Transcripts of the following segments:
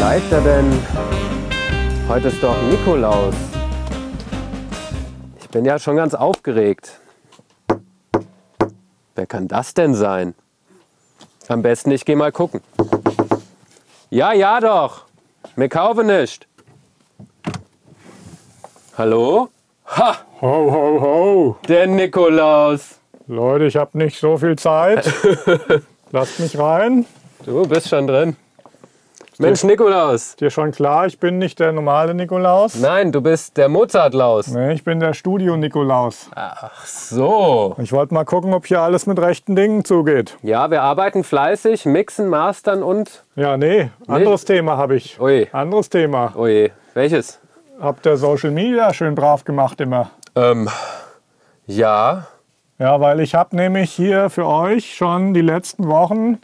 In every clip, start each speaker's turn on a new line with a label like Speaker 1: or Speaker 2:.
Speaker 1: war ich da denn? Heute ist doch Nikolaus. Ich bin ja schon ganz aufgeregt. Wer kann das denn sein? Am besten ich gehe mal gucken. Ja, ja doch. Mir kaufe nicht. Hallo? Ha,
Speaker 2: Ho, ho, ho!
Speaker 1: der Nikolaus.
Speaker 2: Leute, ich habe nicht so viel Zeit. Lasst mich rein.
Speaker 1: Du bist schon drin. Mensch, Nikolaus.
Speaker 2: Dir schon klar, ich bin nicht der normale Nikolaus.
Speaker 1: Nein, du bist der Mozartlaus.
Speaker 2: Nee, ich bin der Studio-Nikolaus.
Speaker 1: Ah. Ach so.
Speaker 2: Ich wollte mal gucken, ob hier alles mit rechten Dingen zugeht.
Speaker 1: Ja, wir arbeiten fleißig, mixen, mastern und.
Speaker 2: Ja, nee, anderes Thema habe ich.
Speaker 1: Ui.
Speaker 2: Anderes Thema.
Speaker 1: Oh je, welches?
Speaker 2: Habt ihr Social Media schön brav gemacht immer?
Speaker 1: Ähm, ja.
Speaker 2: Ja, weil ich habe nämlich hier für euch schon die letzten Wochen,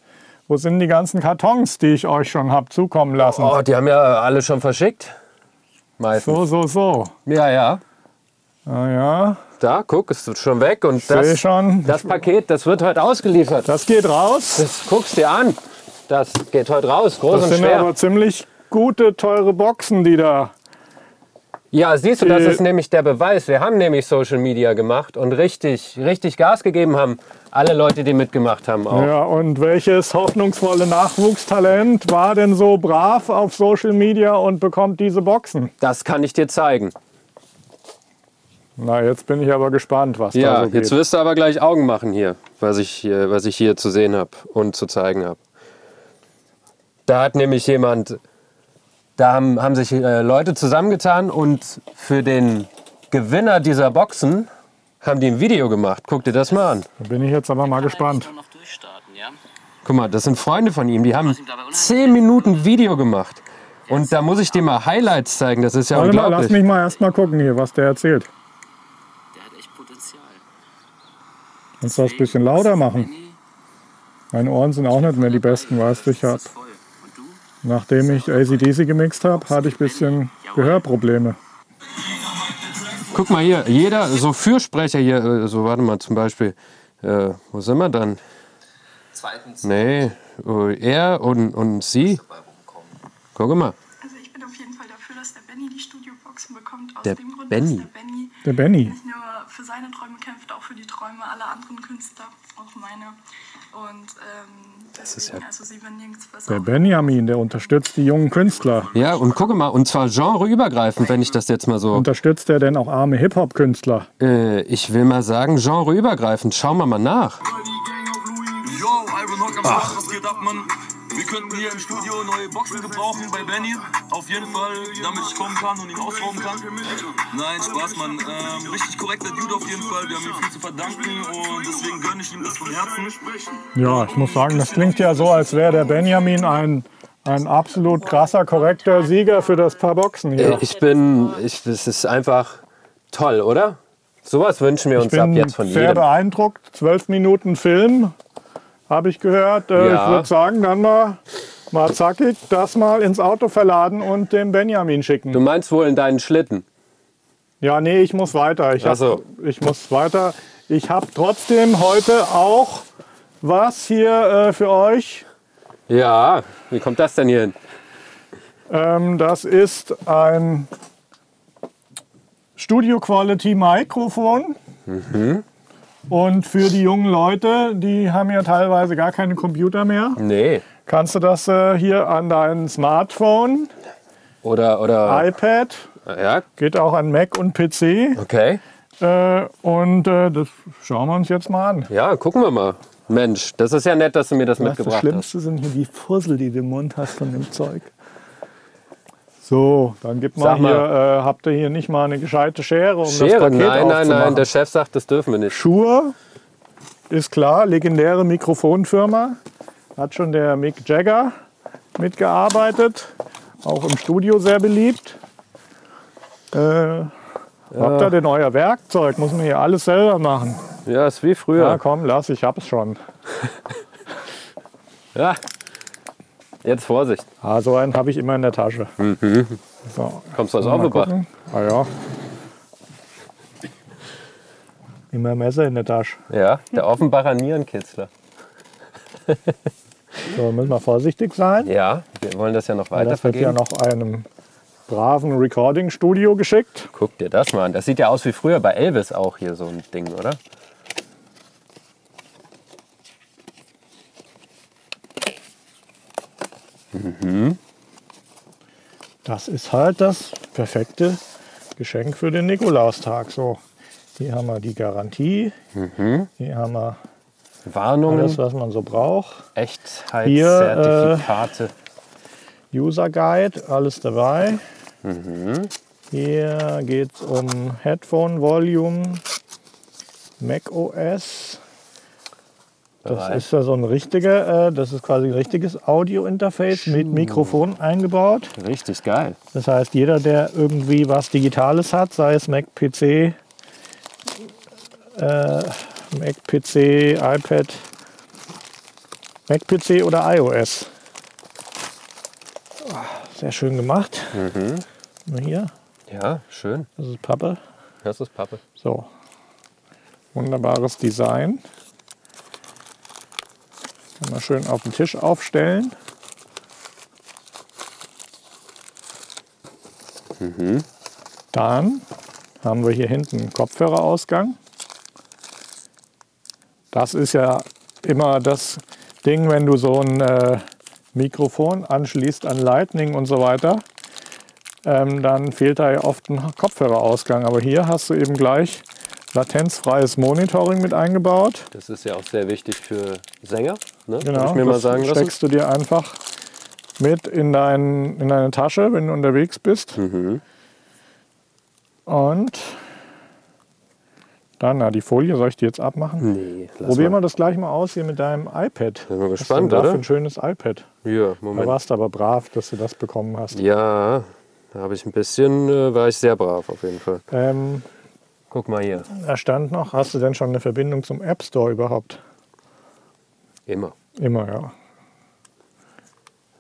Speaker 2: wo sind die ganzen Kartons, die ich euch schon habe zukommen lassen?
Speaker 1: Oh, die haben ja alle schon verschickt. Meistens.
Speaker 2: So, so, so.
Speaker 1: Ja, ja.
Speaker 2: Ah, ja,
Speaker 1: Da, guck, ist schon weg und
Speaker 2: sehe
Speaker 1: das,
Speaker 2: schon.
Speaker 1: das Paket, das wird heute ausgeliefert.
Speaker 2: Das geht raus.
Speaker 1: Das guckst dir an. Das geht heute raus, groß
Speaker 2: Das
Speaker 1: und
Speaker 2: sind
Speaker 1: schwer.
Speaker 2: aber ziemlich gute, teure Boxen, die da.
Speaker 1: Ja, siehst du, das
Speaker 2: Äh.
Speaker 1: ist nämlich der Beweis. Wir haben nämlich Social Media gemacht und richtig, richtig Gas gegeben haben. Alle Leute, die mitgemacht haben auch.
Speaker 2: Ja, und welches hoffnungsvolle Nachwuchstalent war denn so brav auf Social Media und bekommt diese Boxen?
Speaker 1: Das kann ich dir zeigen.
Speaker 2: Na, jetzt bin ich aber gespannt, was
Speaker 1: Ja,
Speaker 2: da so
Speaker 1: jetzt
Speaker 2: geht.
Speaker 1: wirst du aber gleich Augen machen hier, was ich hier, was ich hier zu sehen habe und zu zeigen habe. Da hat nämlich jemand, da haben, haben sich äh, Leute zusammengetan und für den Gewinner dieser Boxen haben die ein Video gemacht. Guck dir das mal an.
Speaker 2: Da bin ich jetzt aber mal gespannt.
Speaker 3: Nur noch durchstarten, ja?
Speaker 1: Guck mal, das sind Freunde von ihm, die haben 10 Minuten Video gemacht. Und da muss ich dir mal Highlights zeigen, das ist ja
Speaker 2: Warte mal, lass
Speaker 1: unglaublich.
Speaker 2: mich mal erst mal gucken hier, was der erzählt.
Speaker 3: Der hat echt Potenzial.
Speaker 2: Kannst du das ein bisschen lauter machen?
Speaker 3: Nee,
Speaker 2: Meine Ohren sind auch nicht mehr die besten, weißt du. Ich hab,
Speaker 3: das ist voll. Und du?
Speaker 2: nachdem ich ACDC gemixt habe, hatte ich ein bisschen Gehörprobleme.
Speaker 1: Guck mal hier, jeder, so Fürsprecher hier, äh, so warte mal zum Beispiel, äh, wo sind wir dann?
Speaker 3: Zweitens.
Speaker 1: Nee, äh, er und, und sie. Guck mal.
Speaker 4: Also ich bin auf jeden Fall dafür, dass der Benny die Studioboxen bekommt. Aus
Speaker 1: Der
Speaker 4: dem Grund,
Speaker 1: Benny.
Speaker 4: dass
Speaker 2: Der
Speaker 4: der Benny
Speaker 2: Benny.
Speaker 4: nicht nur für seine Träume kämpft, auch für die Träume aller anderen Künstler, auch meine. Und ähm,
Speaker 1: ist
Speaker 4: deswegen,
Speaker 1: ja-
Speaker 4: also sie werden nirgends besser.
Speaker 2: Der Benjamin, der unterstützt die jungen Künstler.
Speaker 1: Ja, und gucke mal, und zwar genreübergreifend, wenn ich das jetzt mal so.
Speaker 2: Unterstützt er denn auch arme Hip-Hop-Künstler?
Speaker 1: Äh, ich will mal sagen, genreübergreifend. Schauen wir mal nach.
Speaker 5: Yo, Iron Hawk am Start, was geht ab, Mann? Wir könnten hier im Studio neue Boxen gebrauchen bei Benny. Auf jeden Fall, damit ich kommen kann und ihn ausrauben kann. Nein, Spaß, Mann. Ähm, richtig korrekter Dude auf jeden Fall. Wir haben ihm viel zu verdanken und deswegen gönne ich ihm das von Herzen.
Speaker 2: Ja, ich muss sagen, das klingt ja so, als wäre der Benjamin ein, ein absolut krasser, korrekter Sieger für das Paar Boxen
Speaker 1: Äh,
Speaker 2: hier.
Speaker 1: Ich bin, ich, das ist einfach toll, oder? Sowas wünschen wir
Speaker 2: Ich
Speaker 1: uns ab
Speaker 2: bin
Speaker 1: jetzt von
Speaker 2: sehr
Speaker 1: jedem.
Speaker 2: beeindruckt. Zwölf Minuten Film habe ich gehört. Äh,
Speaker 1: Ja.
Speaker 2: Ich würde sagen, dann mal, mal zackig das mal ins Auto verladen und dem Benjamin schicken.
Speaker 1: Du meinst wohl in deinen Schlitten.
Speaker 2: Ja, nee, ich muss weiter. Ich,
Speaker 1: Ach
Speaker 2: hab,
Speaker 1: so.
Speaker 2: ich muss weiter. Ich habe trotzdem heute auch was hier äh, für euch.
Speaker 1: Ja, wie kommt das denn hier hin?
Speaker 2: Ähm, das ist ein Studio Quality Mikrofon. Und für die jungen Leute, die haben ja teilweise gar keine Computer mehr,
Speaker 1: Nee.
Speaker 2: kannst du das äh, hier an dein Smartphone,
Speaker 1: Oder, oder.
Speaker 2: iPad,
Speaker 1: Ja,
Speaker 2: geht auch an Mac und PC.
Speaker 1: okay.
Speaker 2: Äh, und äh, das schauen wir uns jetzt mal an.
Speaker 1: Ja, gucken wir mal. Mensch, das ist ja nett, dass du mir das
Speaker 6: Was das
Speaker 1: mitgebracht
Speaker 2: um
Speaker 1: hast.
Speaker 6: Schlimmste sind hier die Fursel, die du im Mund hast von dem Zeug.
Speaker 2: So, dann gibt mal,
Speaker 1: Sag mal.
Speaker 2: hier, äh, habt ihr hier nicht mal eine gescheite Schere, um das
Speaker 1: Schere,
Speaker 2: Paket
Speaker 1: nein, nein, nein,
Speaker 2: aufzumachen?
Speaker 1: der Chef sagt, das dürfen wir nicht.
Speaker 2: Shure ist klar, legendäre Mikrofonfirma. Hat schon der Mick Jagger mitgearbeitet. Auch im Studio sehr beliebt. Äh, Habt ihr denn euer Werkzeug? Muss man hier alles selber machen?
Speaker 1: Ja, ist wie
Speaker 2: Ja,
Speaker 1: früher.
Speaker 2: komm, lass, ich hab's schon.
Speaker 1: Ja. Jetzt Vorsicht,
Speaker 2: Ah, so einen habe ich immer in der Tasche. So,
Speaker 1: kommst du aus
Speaker 2: mal
Speaker 1: Offenbach?
Speaker 2: gucken. Ah ja. Immer Messer in der Tasche.
Speaker 1: Ja, der Offenbacher Nierenkitzler.
Speaker 2: So, müssen wir vorsichtig sein.
Speaker 1: Ja, wir wollen das ja noch weiter
Speaker 2: Das wird ja
Speaker 1: vergeben.
Speaker 2: noch einem braven Recording-Studio geschickt.
Speaker 1: Guck dir das mal an. Das sieht ja aus wie früher bei Elvis auch hier so ein Ding, oder?
Speaker 2: Das ist halt das perfekte Geschenk für den Nikolaustag. So, hier haben wir die Garantie.
Speaker 1: Mhm.
Speaker 2: Hier haben wir alles,
Speaker 1: Warnungen,
Speaker 2: was man so braucht.
Speaker 1: Echtheitszertifikate.
Speaker 2: äh, User Guide, alles dabei. Hier geht es um Headphone Volume, Mac OS. Das
Speaker 1: Bereit.
Speaker 2: ist ja so ein richtiger, äh, das ist quasi ein richtiges Audio-Interface mit Mikrofon eingebaut.
Speaker 1: Richtig geil.
Speaker 2: Das heißt, jeder, der irgendwie was Digitales hat, sei es Mac, PC, äh, Mac, PC, iPad, Mac, PC oder iOS. Ah, Sehr schön gemacht. Nur Hier,
Speaker 1: Ja, schön.
Speaker 2: das ist Pappe.
Speaker 1: Das ist Pappe.
Speaker 2: So. Wunderbares Design. Kann man schön auf den Tisch aufstellen. Dann haben wir hier hinten einen Kopfhörerausgang. Das ist ja immer das Ding, wenn du so ein äh, Mikrofon anschließt an Lightning und so weiter ähm, dann fehlt da ja oft ein Kopfhörerausgang. Aber hier hast du eben gleich latenzfreies Monitoring mit eingebaut.
Speaker 1: Das ist ja auch sehr wichtig für Sänger. Ne? Hab
Speaker 2: Genau,
Speaker 1: ich mir mal
Speaker 2: das
Speaker 1: sagen lassen.
Speaker 2: steckst du dir einfach mit in, dein, in deine Tasche, wenn du unterwegs bist.
Speaker 1: Mhm.
Speaker 2: Und dann, na, die Folie soll ich die jetzt abmachen?
Speaker 1: Nee, Hm, lass
Speaker 2: Probier mal das gleich mal aus hier mit deinem iPad.
Speaker 1: Bin mal
Speaker 2: Was ist
Speaker 1: gespannt,
Speaker 2: denn da
Speaker 1: oder?
Speaker 2: Für ein schönes iPad.
Speaker 1: Ja,
Speaker 2: Da
Speaker 1: Moment.
Speaker 2: warst du aber brav, dass du das bekommen hast.
Speaker 1: Ja, da habe ich ein bisschen, äh, war ich sehr brav auf jeden Fall.
Speaker 2: Ähm,
Speaker 1: Guck mal hier.
Speaker 2: da stand noch, hast du denn schon eine Verbindung zum App Store überhaupt?
Speaker 1: Immer.
Speaker 2: Immer, ja.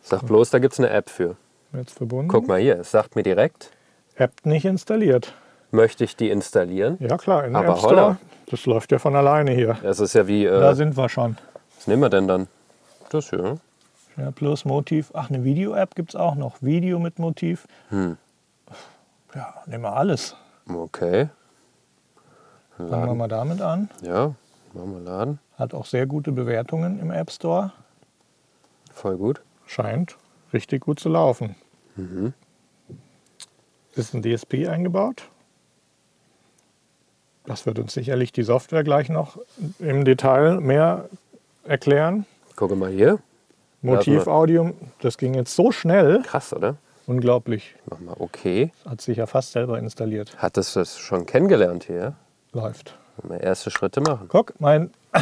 Speaker 1: Sag bloß, da gibt es eine App für.
Speaker 2: Jetzt verbunden.
Speaker 1: Guck mal hier, es sagt mir direkt,
Speaker 2: App nicht installiert.
Speaker 1: möchte ich die installieren?
Speaker 2: Ja klar, in den
Speaker 1: Aber
Speaker 2: App Store.
Speaker 1: holla.
Speaker 2: Das läuft ja von alleine hier.
Speaker 1: Das ist ja wie,
Speaker 2: Da
Speaker 1: äh,
Speaker 2: sind wir schon.
Speaker 1: was nehmen wir denn dann? Das hier.
Speaker 6: Ja, plus Motiv. Ach, eine Video-App gibt es auch noch. Video mit Motiv.
Speaker 1: Hm.
Speaker 6: Ja, nehmen wir alles.
Speaker 1: Okay,
Speaker 6: Fangen wir mal damit an.
Speaker 1: ja, machen wir laden.
Speaker 6: Hat auch sehr gute Bewertungen im App Store.
Speaker 1: Voll gut.
Speaker 2: Scheint richtig gut zu laufen. Ist ein DSP eingebaut. Das wird uns sicherlich die Software gleich noch im Detail mehr erklären.
Speaker 1: Gucke mal hier. Lassen wir.
Speaker 2: Motivaudio, das ging jetzt so schnell.
Speaker 1: Krass, oder?
Speaker 2: Unglaublich.
Speaker 1: Mach mal okay.
Speaker 2: Hat sich ja fast selber installiert.
Speaker 1: Hat das das schon kennengelernt hier?
Speaker 2: Läuft.
Speaker 1: Wollen wir erste Schritte machen.
Speaker 2: Guck, mein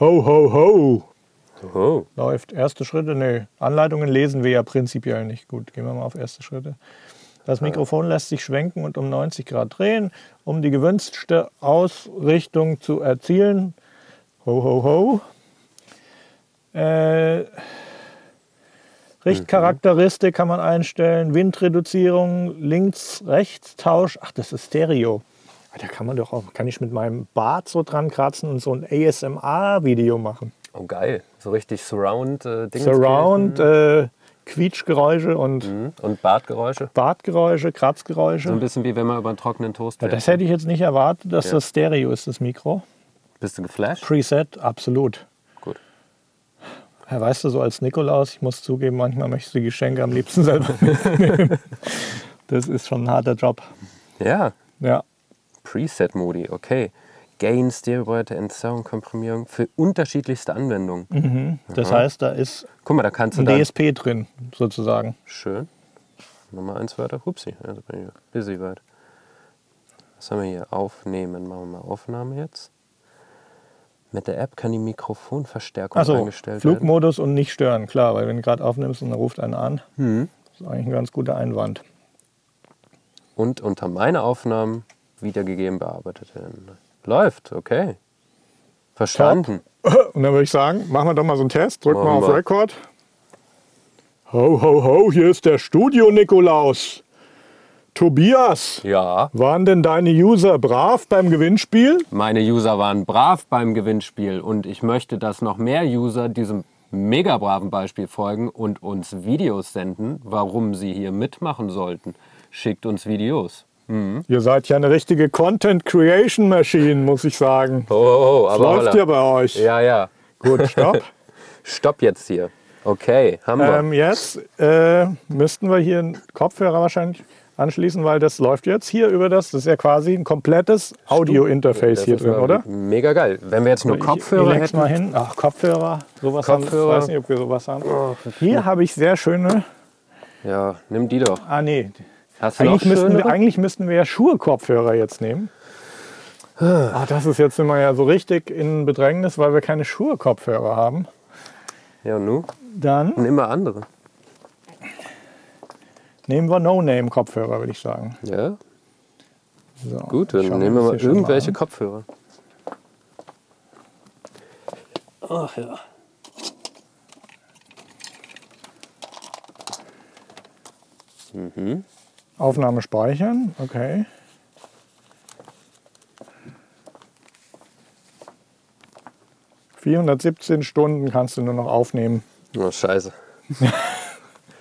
Speaker 2: Ho, ho, ho
Speaker 1: Oh,
Speaker 2: läuft. Erste Schritte, nee. Anleitungen lesen wir ja prinzipiell nicht. Gut, gehen wir mal auf erste Schritte. Das Mikrofon lässt sich schwenken und um 90 Grad drehen, um die gewünschte Ausrichtung zu erzielen. Ho, ho, ho. Äh, Richtcharakteristik kann man einstellen, Windreduzierung, links, rechts, Tausch. Ach, das ist Stereo. Ah, Da kann man doch auch, kann ich mit meinem Bart so dran kratzen und so ein ASMR-Video machen.
Speaker 1: oh geil. So richtig Surround-Ding.
Speaker 2: Surround, äh, Quietschgeräusche und
Speaker 1: Und Bartgeräusche.
Speaker 2: Bartgeräusche,
Speaker 1: Mhm. So ein
Speaker 2: Kratzgeräusche.
Speaker 1: bisschen wie wenn man über einen trockenen Toast
Speaker 2: Ja,
Speaker 1: fährt.
Speaker 2: das hätte ich jetzt nicht erwartet, dass
Speaker 1: Ja.
Speaker 2: das Stereo ist, das Mikro.
Speaker 1: Bist du geflasht?
Speaker 2: Preset, absolut.
Speaker 1: Gut.
Speaker 2: Ja, weißt du, so als Nikolaus, ich muss zugeben, manchmal möchte ich die Geschenke am liebsten selber mitnehmen. Das ist schon ein harter Job.
Speaker 1: Ja.
Speaker 2: Ja,
Speaker 1: Preset-Modi, okay. Gain, Stereoweite, Entsorgung, Komprimierung für unterschiedlichste Anwendungen.
Speaker 2: das heißt, da Mhm. ist
Speaker 1: Guck mal, da kannst du
Speaker 2: ein
Speaker 1: dann...
Speaker 2: DSP drin, sozusagen.
Speaker 1: Schön. Nummer eins weiter. Hupsi, ja, da bin ich ja busy weit. Was haben wir hier? Aufnehmen. Machen wir mal Aufnahme jetzt. Mit der App kann die Mikrofonverstärkung
Speaker 2: Achso,
Speaker 1: eingestellt werden.
Speaker 2: Also, Flugmodus und nicht stören, klar, weil wenn du gerade aufnimmst und dann ruft einer an,
Speaker 1: Hm.
Speaker 2: ist eigentlich ein ganz guter Einwand.
Speaker 1: Und unter meine Aufnahmen wiedergegeben bearbeitet werden. Läuft, okay. Verstanden.
Speaker 2: Und dann würde ich sagen, machen wir doch mal so einen Test. Drück mal
Speaker 1: Machen
Speaker 2: auf
Speaker 1: wir.
Speaker 2: Record. Ho, ho, ho, hier ist der Studio-Nikolaus. Tobias,
Speaker 1: Ja.
Speaker 2: waren denn deine User brav beim Gewinnspiel?
Speaker 1: Meine User waren brav beim Gewinnspiel und ich möchte, dass noch mehr User diesem mega braven Beispiel folgen und uns Videos senden, warum sie hier mitmachen sollten. Schickt uns Videos. Hm?
Speaker 2: Ihr seid ja eine richtige Content Creation Machine, muss ich sagen.
Speaker 1: Oh, oh, oh
Speaker 2: Das
Speaker 1: aber
Speaker 2: läuft
Speaker 1: holla.
Speaker 2: ja bei euch.
Speaker 1: Ja, ja.
Speaker 2: Gut, stopp.
Speaker 1: Stopp jetzt hier. Okay, haben wir.
Speaker 2: ähm, jetzt äh, müssten wir hier einen Kopfhörer wahrscheinlich anschließen, weil das läuft jetzt hier über das. Das ist ja quasi ein komplettes Audio-Interface
Speaker 1: Das
Speaker 2: hier
Speaker 1: ist
Speaker 2: drin,
Speaker 1: aber
Speaker 2: oder?
Speaker 1: Mega geil. Wenn wir jetzt nur Kopfhörer
Speaker 6: ich leg's
Speaker 1: hätten.
Speaker 6: mal hin. Ach, Kopfhörer.
Speaker 2: Sowas
Speaker 1: Kopfhörer. Oh,
Speaker 2: Haben, ich weiß nicht, ob wir sowas haben. Hier habe ich sehr schöne.
Speaker 1: Ja, nimm die doch.
Speaker 2: Ah, nee.
Speaker 1: Hast du
Speaker 2: Eigentlich
Speaker 1: noch
Speaker 2: müssten, wir,
Speaker 1: schönere?
Speaker 2: eigentlich müssten wir ja Schuhe-Kopfhörer jetzt nehmen. Ah, das ist jetzt immer ja so richtig in Bedrängnis, weil wir keine Schuhe-Kopfhörer haben.
Speaker 1: Ja, nu.
Speaker 2: Dann
Speaker 1: Und immer andere.
Speaker 2: Nehmen wir No-Name-Kopfhörer, würde ich sagen.
Speaker 1: Ja,
Speaker 2: So,
Speaker 1: gut. Dann
Speaker 2: schauen
Speaker 1: nehmen wir
Speaker 2: uns
Speaker 1: mal
Speaker 2: hier schon
Speaker 1: irgendwelche
Speaker 2: an.
Speaker 1: Kopfhörer. Ach ja.
Speaker 2: Aufnahme speichern, okay. ...417 Stunden kannst du nur noch aufnehmen.
Speaker 1: Oh, scheiße.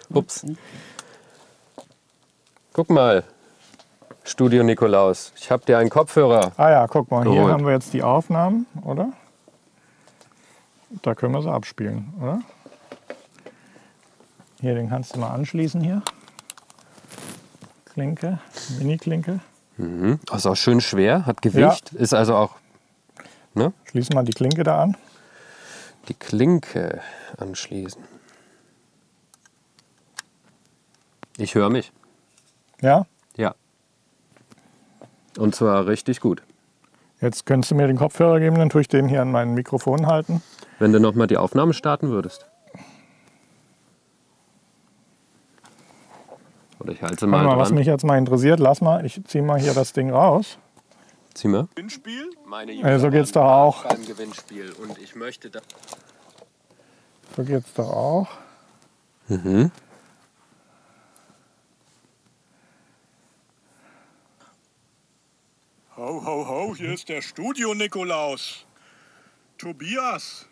Speaker 1: Ups. Guck mal, Studio Nikolaus. Ich hab dir einen Kopfhörer.
Speaker 2: Ah ja, guck mal, hier
Speaker 1: Geholt.
Speaker 2: haben wir jetzt die Aufnahmen, oder? Da können wir sie abspielen, oder? Hier, den kannst du mal anschließen hier. Klinke, Mini-Klinke.
Speaker 1: Oh, ist auch schön schwer, hat Gewicht, ist also auch
Speaker 2: Schließen mal die Klinke da an.
Speaker 1: die Klinke anschließen. Ich höre mich.
Speaker 2: Ja,
Speaker 1: Ja. Und zwar richtig gut.
Speaker 2: Jetzt könntest du mir den Kopfhörer geben, dann tue ich den hier an mein Mikrofon halten.
Speaker 1: Wenn du nochmal die Aufnahme starten würdest. Oder ich halte sie mal
Speaker 2: Warte mal, was
Speaker 1: dran.
Speaker 2: mich jetzt mal interessiert, lass mal, ich ziehe mal hier das Ding raus.
Speaker 1: Zieh mal.
Speaker 5: Spiel?
Speaker 1: Meine
Speaker 2: Äh, so geht's doch auch.
Speaker 1: beim Gewinnspiel und ich möchte da
Speaker 2: So geht's doch auch.
Speaker 7: Ho, ho, ho, hier ist der Studio-Nikolaus. Tobias,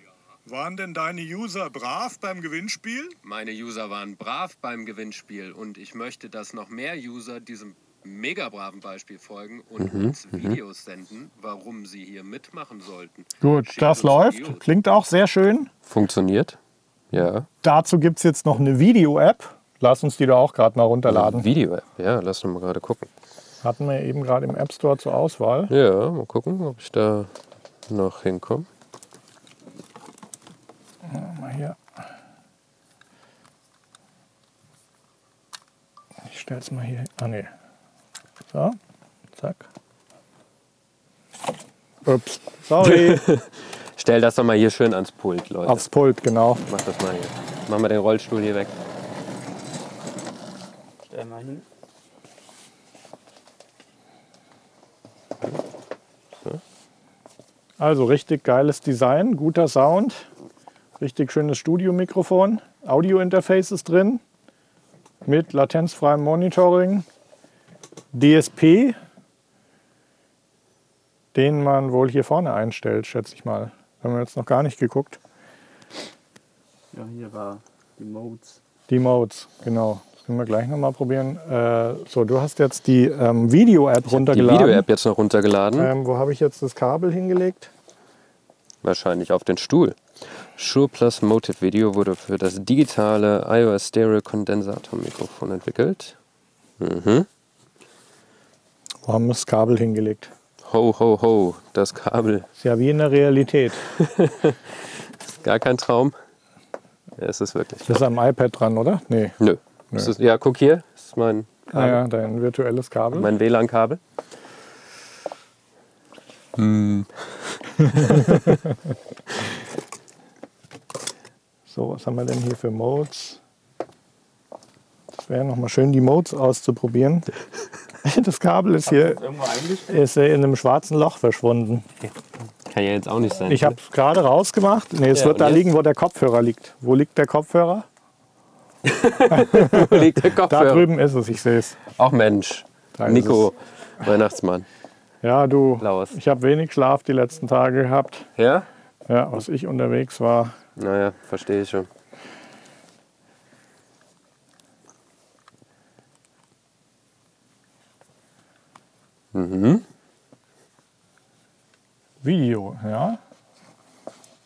Speaker 7: waren denn deine User brav beim Gewinnspiel?
Speaker 1: Meine User waren brav beim Gewinnspiel und ich möchte, dass noch mehr User diesem mega braven Beispiel folgen und uns Videos senden, warum sie hier mitmachen sollten.
Speaker 2: Gut, das läuft. Klingt auch sehr schön.
Speaker 1: Funktioniert? Ja.
Speaker 2: Dazu gibt es jetzt noch eine Video-App. Lass uns die da auch gerade mal runterladen.
Speaker 1: Video-App. Ja, lass uns mal gerade gucken.
Speaker 2: Hatten wir eben gerade im App Store zur Auswahl.
Speaker 1: Ja, mal gucken, ob ich da noch hinkomme.
Speaker 2: Mal hier. Ich stell's mal hier. Ah nee. So, zack. Ups. Sorry.
Speaker 1: Stell das doch mal hier schön ans Pult, Leute.
Speaker 2: Aufs Pult, genau.
Speaker 1: Mach das mal hier. Mach mal den Rollstuhl hier weg.
Speaker 3: Stell mal hin.
Speaker 2: Also richtig geiles Design, guter Sound, richtig schönes Studiomikrofon, Audio-Interface ist drin mit latenzfreiem Monitoring, DSP, den man wohl hier vorne einstellt, schätze ich mal. Haben wir jetzt noch gar nicht geguckt.
Speaker 3: Ja, hier war die Modes.
Speaker 2: Die Modes, genau. Das können wir gleich nochmal probieren. Äh, so, du hast jetzt die ähm, Video-App
Speaker 1: Die
Speaker 2: runtergeladen.
Speaker 1: Video-App jetzt noch runtergeladen.
Speaker 2: Ähm, wo habe ich jetzt das Kabel hingelegt?
Speaker 1: Wahrscheinlich auf den Stuhl. Shure Plus Motive Video wurde für das digitale iOS Stereo Kondensatormikrofon entwickelt.
Speaker 2: Wo haben wir das Kabel hingelegt?
Speaker 1: Ho, ho, ho, das Kabel.
Speaker 2: Ist ja wie in der Realität.
Speaker 1: Gar kein Traum. Ja, es ist wirklich.
Speaker 2: Das ist am iPad dran, oder? Nee.
Speaker 1: Nö. Es Ist, ja, guck hier. Das ist mein,
Speaker 2: Ah ja, dein virtuelles Kabel.
Speaker 1: mein WLAN-Kabel.
Speaker 2: So, was haben wir denn hier für Modes? Das wäre nochmal schön, die Modes auszuprobieren. Das Kabel ist hier ist äh, in einem schwarzen Loch verschwunden.
Speaker 1: Kann ja jetzt auch nicht sein.
Speaker 2: Ich habe es gerade rausgemacht. Nee, es
Speaker 1: Ja,
Speaker 2: wird
Speaker 1: und
Speaker 2: da
Speaker 1: jetzt?
Speaker 2: liegen, wo der Kopfhörer liegt. Wo liegt der Kopfhörer?
Speaker 1: liegt der
Speaker 2: Da
Speaker 1: Kopfhörer.
Speaker 2: drüben ist es, ich sehe es.
Speaker 1: Auch Mensch.
Speaker 2: Da ist
Speaker 1: Nico, Weihnachtsmann.
Speaker 2: Ja, du,
Speaker 1: Blaues.
Speaker 2: ich habe wenig Schlaf die letzten Tage gehabt.
Speaker 1: Ja?
Speaker 7: Ja, was ich unterwegs war.
Speaker 1: Naja, verstehe ich schon. Mhm.
Speaker 2: Video, ja.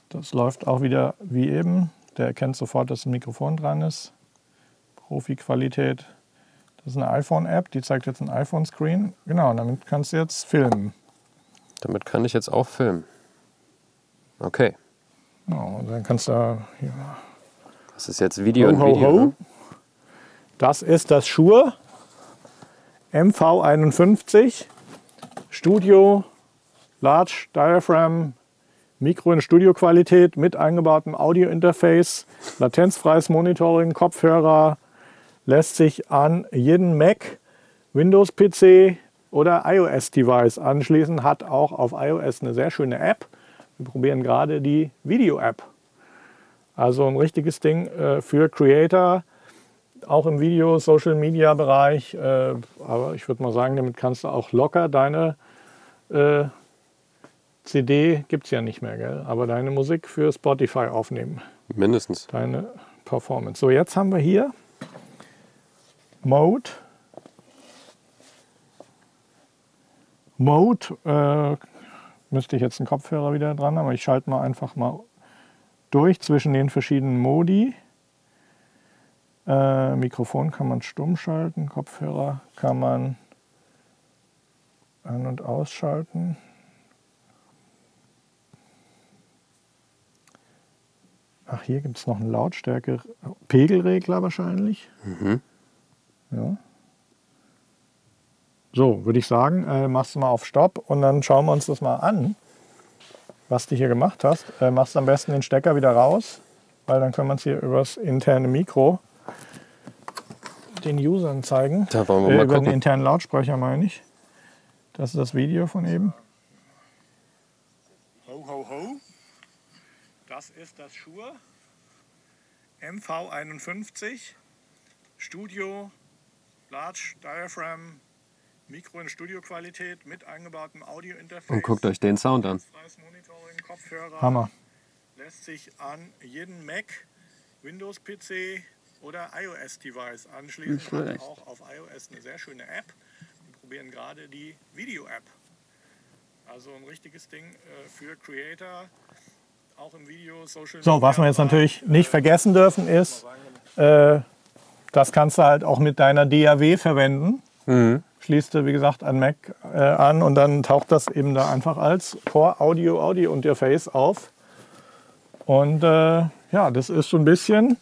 Speaker 2: Das läuft auch wieder wie eben. Der erkennt sofort, dass ein Mikrofon dran ist. Profi-Qualität. Das ist eine iPhone-App, die zeigt jetzt einen iPhone-Screen. Genau, und damit kannst du jetzt filmen.
Speaker 1: Damit kann ich jetzt auch filmen. Okay.
Speaker 2: Genau, und dann kannst du da hier.
Speaker 1: Das ist jetzt Video
Speaker 7: Ho,
Speaker 1: und
Speaker 7: ho,
Speaker 1: Video.
Speaker 7: ho.
Speaker 1: Ne?
Speaker 7: Das ist das Shure MV51 Studio Large Diaphragm Mikro- und Studioqualität mit eingebautem Audio-Interface, latenzfreies Monitoring, Kopfhörer, lässt sich an jeden Mac, Windows-PC oder iOS-Device anschließen, hat auch auf iOS eine sehr schöne App. Wir probieren gerade die Video-App. Also ein richtiges Ding äh, für Creator, auch im Video, Social Media Bereich. Äh, aber ich würde mal sagen, damit kannst du auch locker deine äh, CD gibt es ja nicht mehr, gell? Aber deine Musik für Spotify aufnehmen.
Speaker 1: Mindestens.
Speaker 7: Deine Performance. So, jetzt haben wir hier Mode. Mode, äh, müsste ich jetzt einen Kopfhörer wieder dran, aber ich schalte mal einfach mal durch zwischen den verschiedenen Modi. Äh, Mikrofon kann man stumm schalten, Kopfhörer kann man an- und ausschalten. Ach, hier gibt es noch einen Lautstärke-Pegelregler wahrscheinlich.
Speaker 1: Mhm.
Speaker 7: Ja. So, würde ich sagen, äh, machst du mal auf Stopp und dann schauen wir uns das mal an, was du hier gemacht hast. Äh, machst am besten den Stecker wieder raus, weil dann können wir es hier übers interne Mikro den Usern zeigen.
Speaker 1: Da wollen wir
Speaker 7: äh,
Speaker 1: mal
Speaker 7: über den
Speaker 1: gucken.
Speaker 7: internen Lautsprecher meine ich. Das ist das Video von eben.
Speaker 8: Ho, ho, ho.
Speaker 7: Das ist das Shure MV51 Studio Large Diaphragm Mikro- und Studioqualität mit eingebautem Audio-Interface.
Speaker 1: Und guckt euch den Sound an.
Speaker 7: Freies Monitoring, Kopfhörer.
Speaker 2: Hammer.
Speaker 7: Lässt sich an jeden Mac, Windows-PC oder iOS-Device anschließen.
Speaker 9: Nicht schlecht.
Speaker 7: Hat auch auf iOS eine sehr schöne App. Wir probieren gerade die Video-App. Also ein richtiges Ding äh, für Creator, auch im Video, Social
Speaker 2: So, was wir jetzt natürlich nicht vergessen dürfen, ist, äh, das kannst du halt auch mit deiner DAW verwenden. Schließt du, wie gesagt, an Mac äh, an und dann taucht das eben da einfach als Core Audio Audio Interface auf. Und äh, ja, das ist so ein bisschen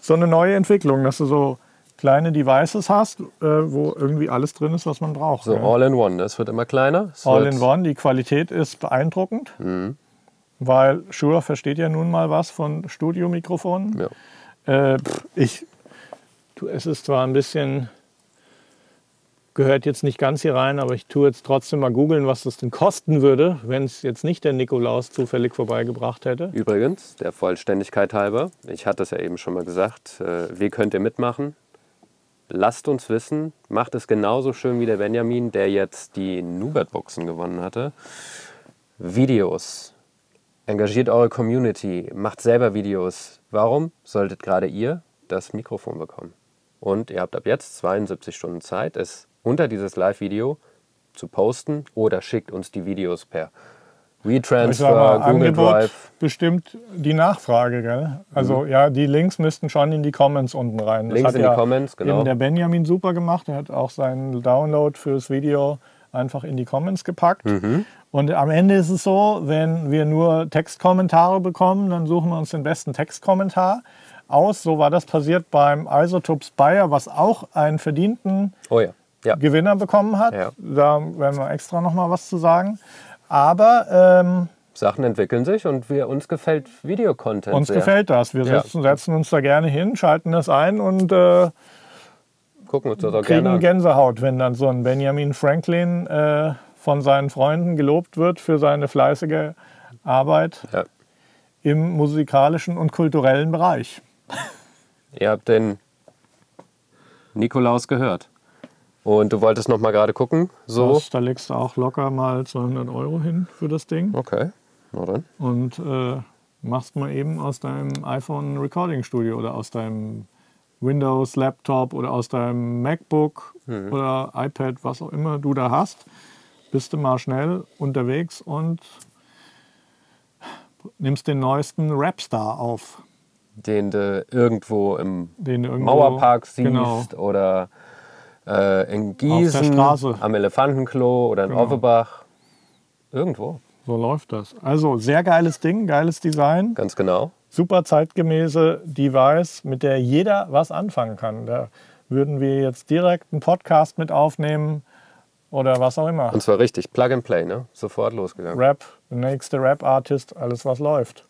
Speaker 2: so eine neue Entwicklung, dass du so kleine Devices hast, äh, wo irgendwie alles drin ist, was man braucht.
Speaker 1: So
Speaker 2: ja.
Speaker 1: all in one. Das wird immer kleiner. Es
Speaker 2: All
Speaker 1: wird- Mhm.
Speaker 2: in One, die Qualität ist beeindruckend, weil Shure versteht ja nun mal was von Studiomikrofonen.
Speaker 1: Ja.
Speaker 2: Äh, pff, ich, du, es ist zwar ein bisschen, gehört jetzt nicht ganz hier rein, aber ich tue jetzt trotzdem mal googeln, was das denn kosten würde, wenn es jetzt nicht der Nikolaus zufällig vorbeigebracht hätte.
Speaker 1: Übrigens, der Vollständigkeit halber, ich hatte es ja eben schon mal gesagt, äh, wie könnt ihr mitmachen? Lasst uns wissen, macht es genauso schön wie der Benjamin, der jetzt die Nubert-Boxen gewonnen hatte. Videos. Engagiert eure Community, macht selber Videos. Warum solltet gerade ihr das Mikrofon bekommen? Und ihr habt ab jetzt 72 Stunden Zeit, es unter dieses Live-Video zu posten oder schickt uns die Videos per
Speaker 2: Ich sag mal,
Speaker 1: WeTransfer, Google
Speaker 2: Angebot
Speaker 1: Drive. Mhm.
Speaker 2: bestimmt die Nachfrage, gell? Also ja, die Links müssten schon in die Comments unten rein.
Speaker 1: Links in die Comments, genau.
Speaker 2: Eben der Benjamin super gemacht. Er hat auch seinen Download fürs Video einfach in die Comments gepackt.
Speaker 1: Mhm.
Speaker 2: Und am Ende ist es so, wenn wir nur Textkommentare bekommen, dann suchen wir uns den besten Textkommentar aus. So war das passiert beim Isotopes Bayer, was auch einen verdienten
Speaker 1: Oh ja. ja.
Speaker 2: Gewinner bekommen hat.
Speaker 1: Ja.
Speaker 2: Da werden wir extra noch mal was zu sagen. Aber ähm,
Speaker 1: Sachen entwickeln sich und wir, uns gefällt Videocontent.
Speaker 2: Uns
Speaker 1: sehr.
Speaker 2: gefällt das. Wir
Speaker 1: Ja.
Speaker 2: setzen, setzen uns da gerne hin, schalten das ein und äh,
Speaker 1: Gucken wir uns das auch
Speaker 2: kriegen
Speaker 1: gerne an.
Speaker 2: Gänsehaut, wenn dann so ein Benjamin Franklin äh, von seinen Freunden gelobt wird für seine fleißige Arbeit
Speaker 1: Ja.
Speaker 2: im musikalischen und kulturellen Bereich.
Speaker 1: Ihr habt den Nikolaus gehört. Und du wolltest noch mal gerade gucken? So?
Speaker 2: Das, da legst du auch locker mal 200 Euro hin für das Ding.
Speaker 1: Okay. Na dann.
Speaker 2: und äh, machst mal eben aus deinem iPhone ein Recording Studio oder aus deinem Windows Laptop oder aus deinem MacBook oder iPad, was auch immer du da hast, bist du mal schnell unterwegs und nimmst den neuesten Rapstar auf,
Speaker 1: Den du irgendwo im
Speaker 2: den du irgendwo
Speaker 1: Mauerpark siehst
Speaker 2: Genau.
Speaker 1: oder äh, in Gießen,
Speaker 2: Straße. Genau.
Speaker 1: am Elefantenklo oder in Offenbach. Irgendwo,
Speaker 2: So läuft das. Also sehr geiles Ding, geiles Design.
Speaker 1: ganz genau.
Speaker 2: super zeitgemäße Device, mit der jeder was anfangen kann. Da würden wir jetzt direkt einen Podcast mit aufnehmen oder was auch immer.
Speaker 1: Und zwar richtig, Plug and Play, ne? Sofort losgegangen.
Speaker 2: Rap, der nächste Rap-Artist, alles was läuft.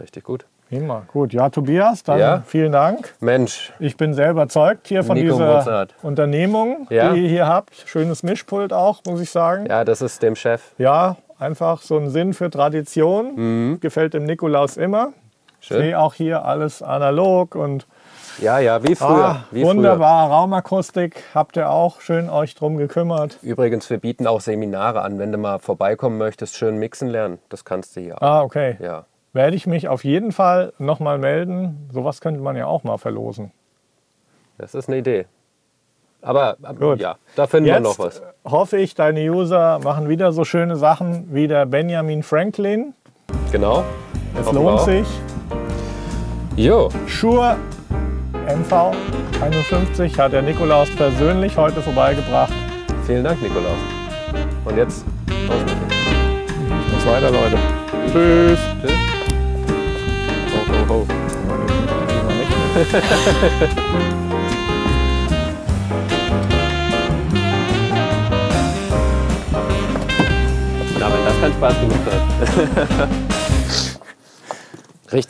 Speaker 1: Richtig gut.
Speaker 2: Immer gut. Ja, Tobias, dann
Speaker 1: Ja.
Speaker 2: vielen Dank.
Speaker 1: Mensch,
Speaker 2: Ich bin sehr überzeugt hier von
Speaker 1: Nico
Speaker 2: dieser
Speaker 1: Mozart.
Speaker 2: Unternehmung,
Speaker 1: Ja.
Speaker 2: die ihr hier habt. Schönes Mischpult auch, muss ich sagen.
Speaker 1: ja, das ist dem Chef.
Speaker 2: Ja, einfach so ein Sinn für Tradition. Gefällt dem Nikolaus immer. Ich
Speaker 1: Mhm. Schön.
Speaker 2: sehe auch hier alles analog und
Speaker 1: Ja, ja, wie früher.
Speaker 2: Ah,
Speaker 1: wie
Speaker 2: wunderbar, Raumakustik habt ihr auch schön euch drum gekümmert.
Speaker 1: Früher. Übrigens, wir bieten auch Seminare an. Wenn du mal vorbeikommen möchtest, schön mixen lernen. Das kannst du hier auch.
Speaker 2: Ah, okay.
Speaker 1: Ja.
Speaker 2: Werde ich mich auf jeden Fall nochmal melden. Sowas könnte man ja auch mal verlosen.
Speaker 1: Das ist eine Idee. Aber ab-
Speaker 2: Gut.
Speaker 1: ja, da finden wir
Speaker 2: Jetzt
Speaker 1: noch was.
Speaker 2: hoffe ich, deine User machen wieder so schöne Sachen wie der Benjamin Franklin.
Speaker 1: Genau.
Speaker 2: Es
Speaker 1: Hoffen wir
Speaker 2: lohnt
Speaker 1: auch.
Speaker 2: sich.
Speaker 1: Jo,
Speaker 2: Schur MV 51 hat der Nikolaus persönlich heute vorbeigebracht.
Speaker 1: vielen Dank, Nikolaus. Und jetzt auf mit dir.
Speaker 2: Bis weiter, Leute. Tschüss.
Speaker 1: Tschüss. Ho, ho, ho. Na, wenn das kein Spaß gemacht hat.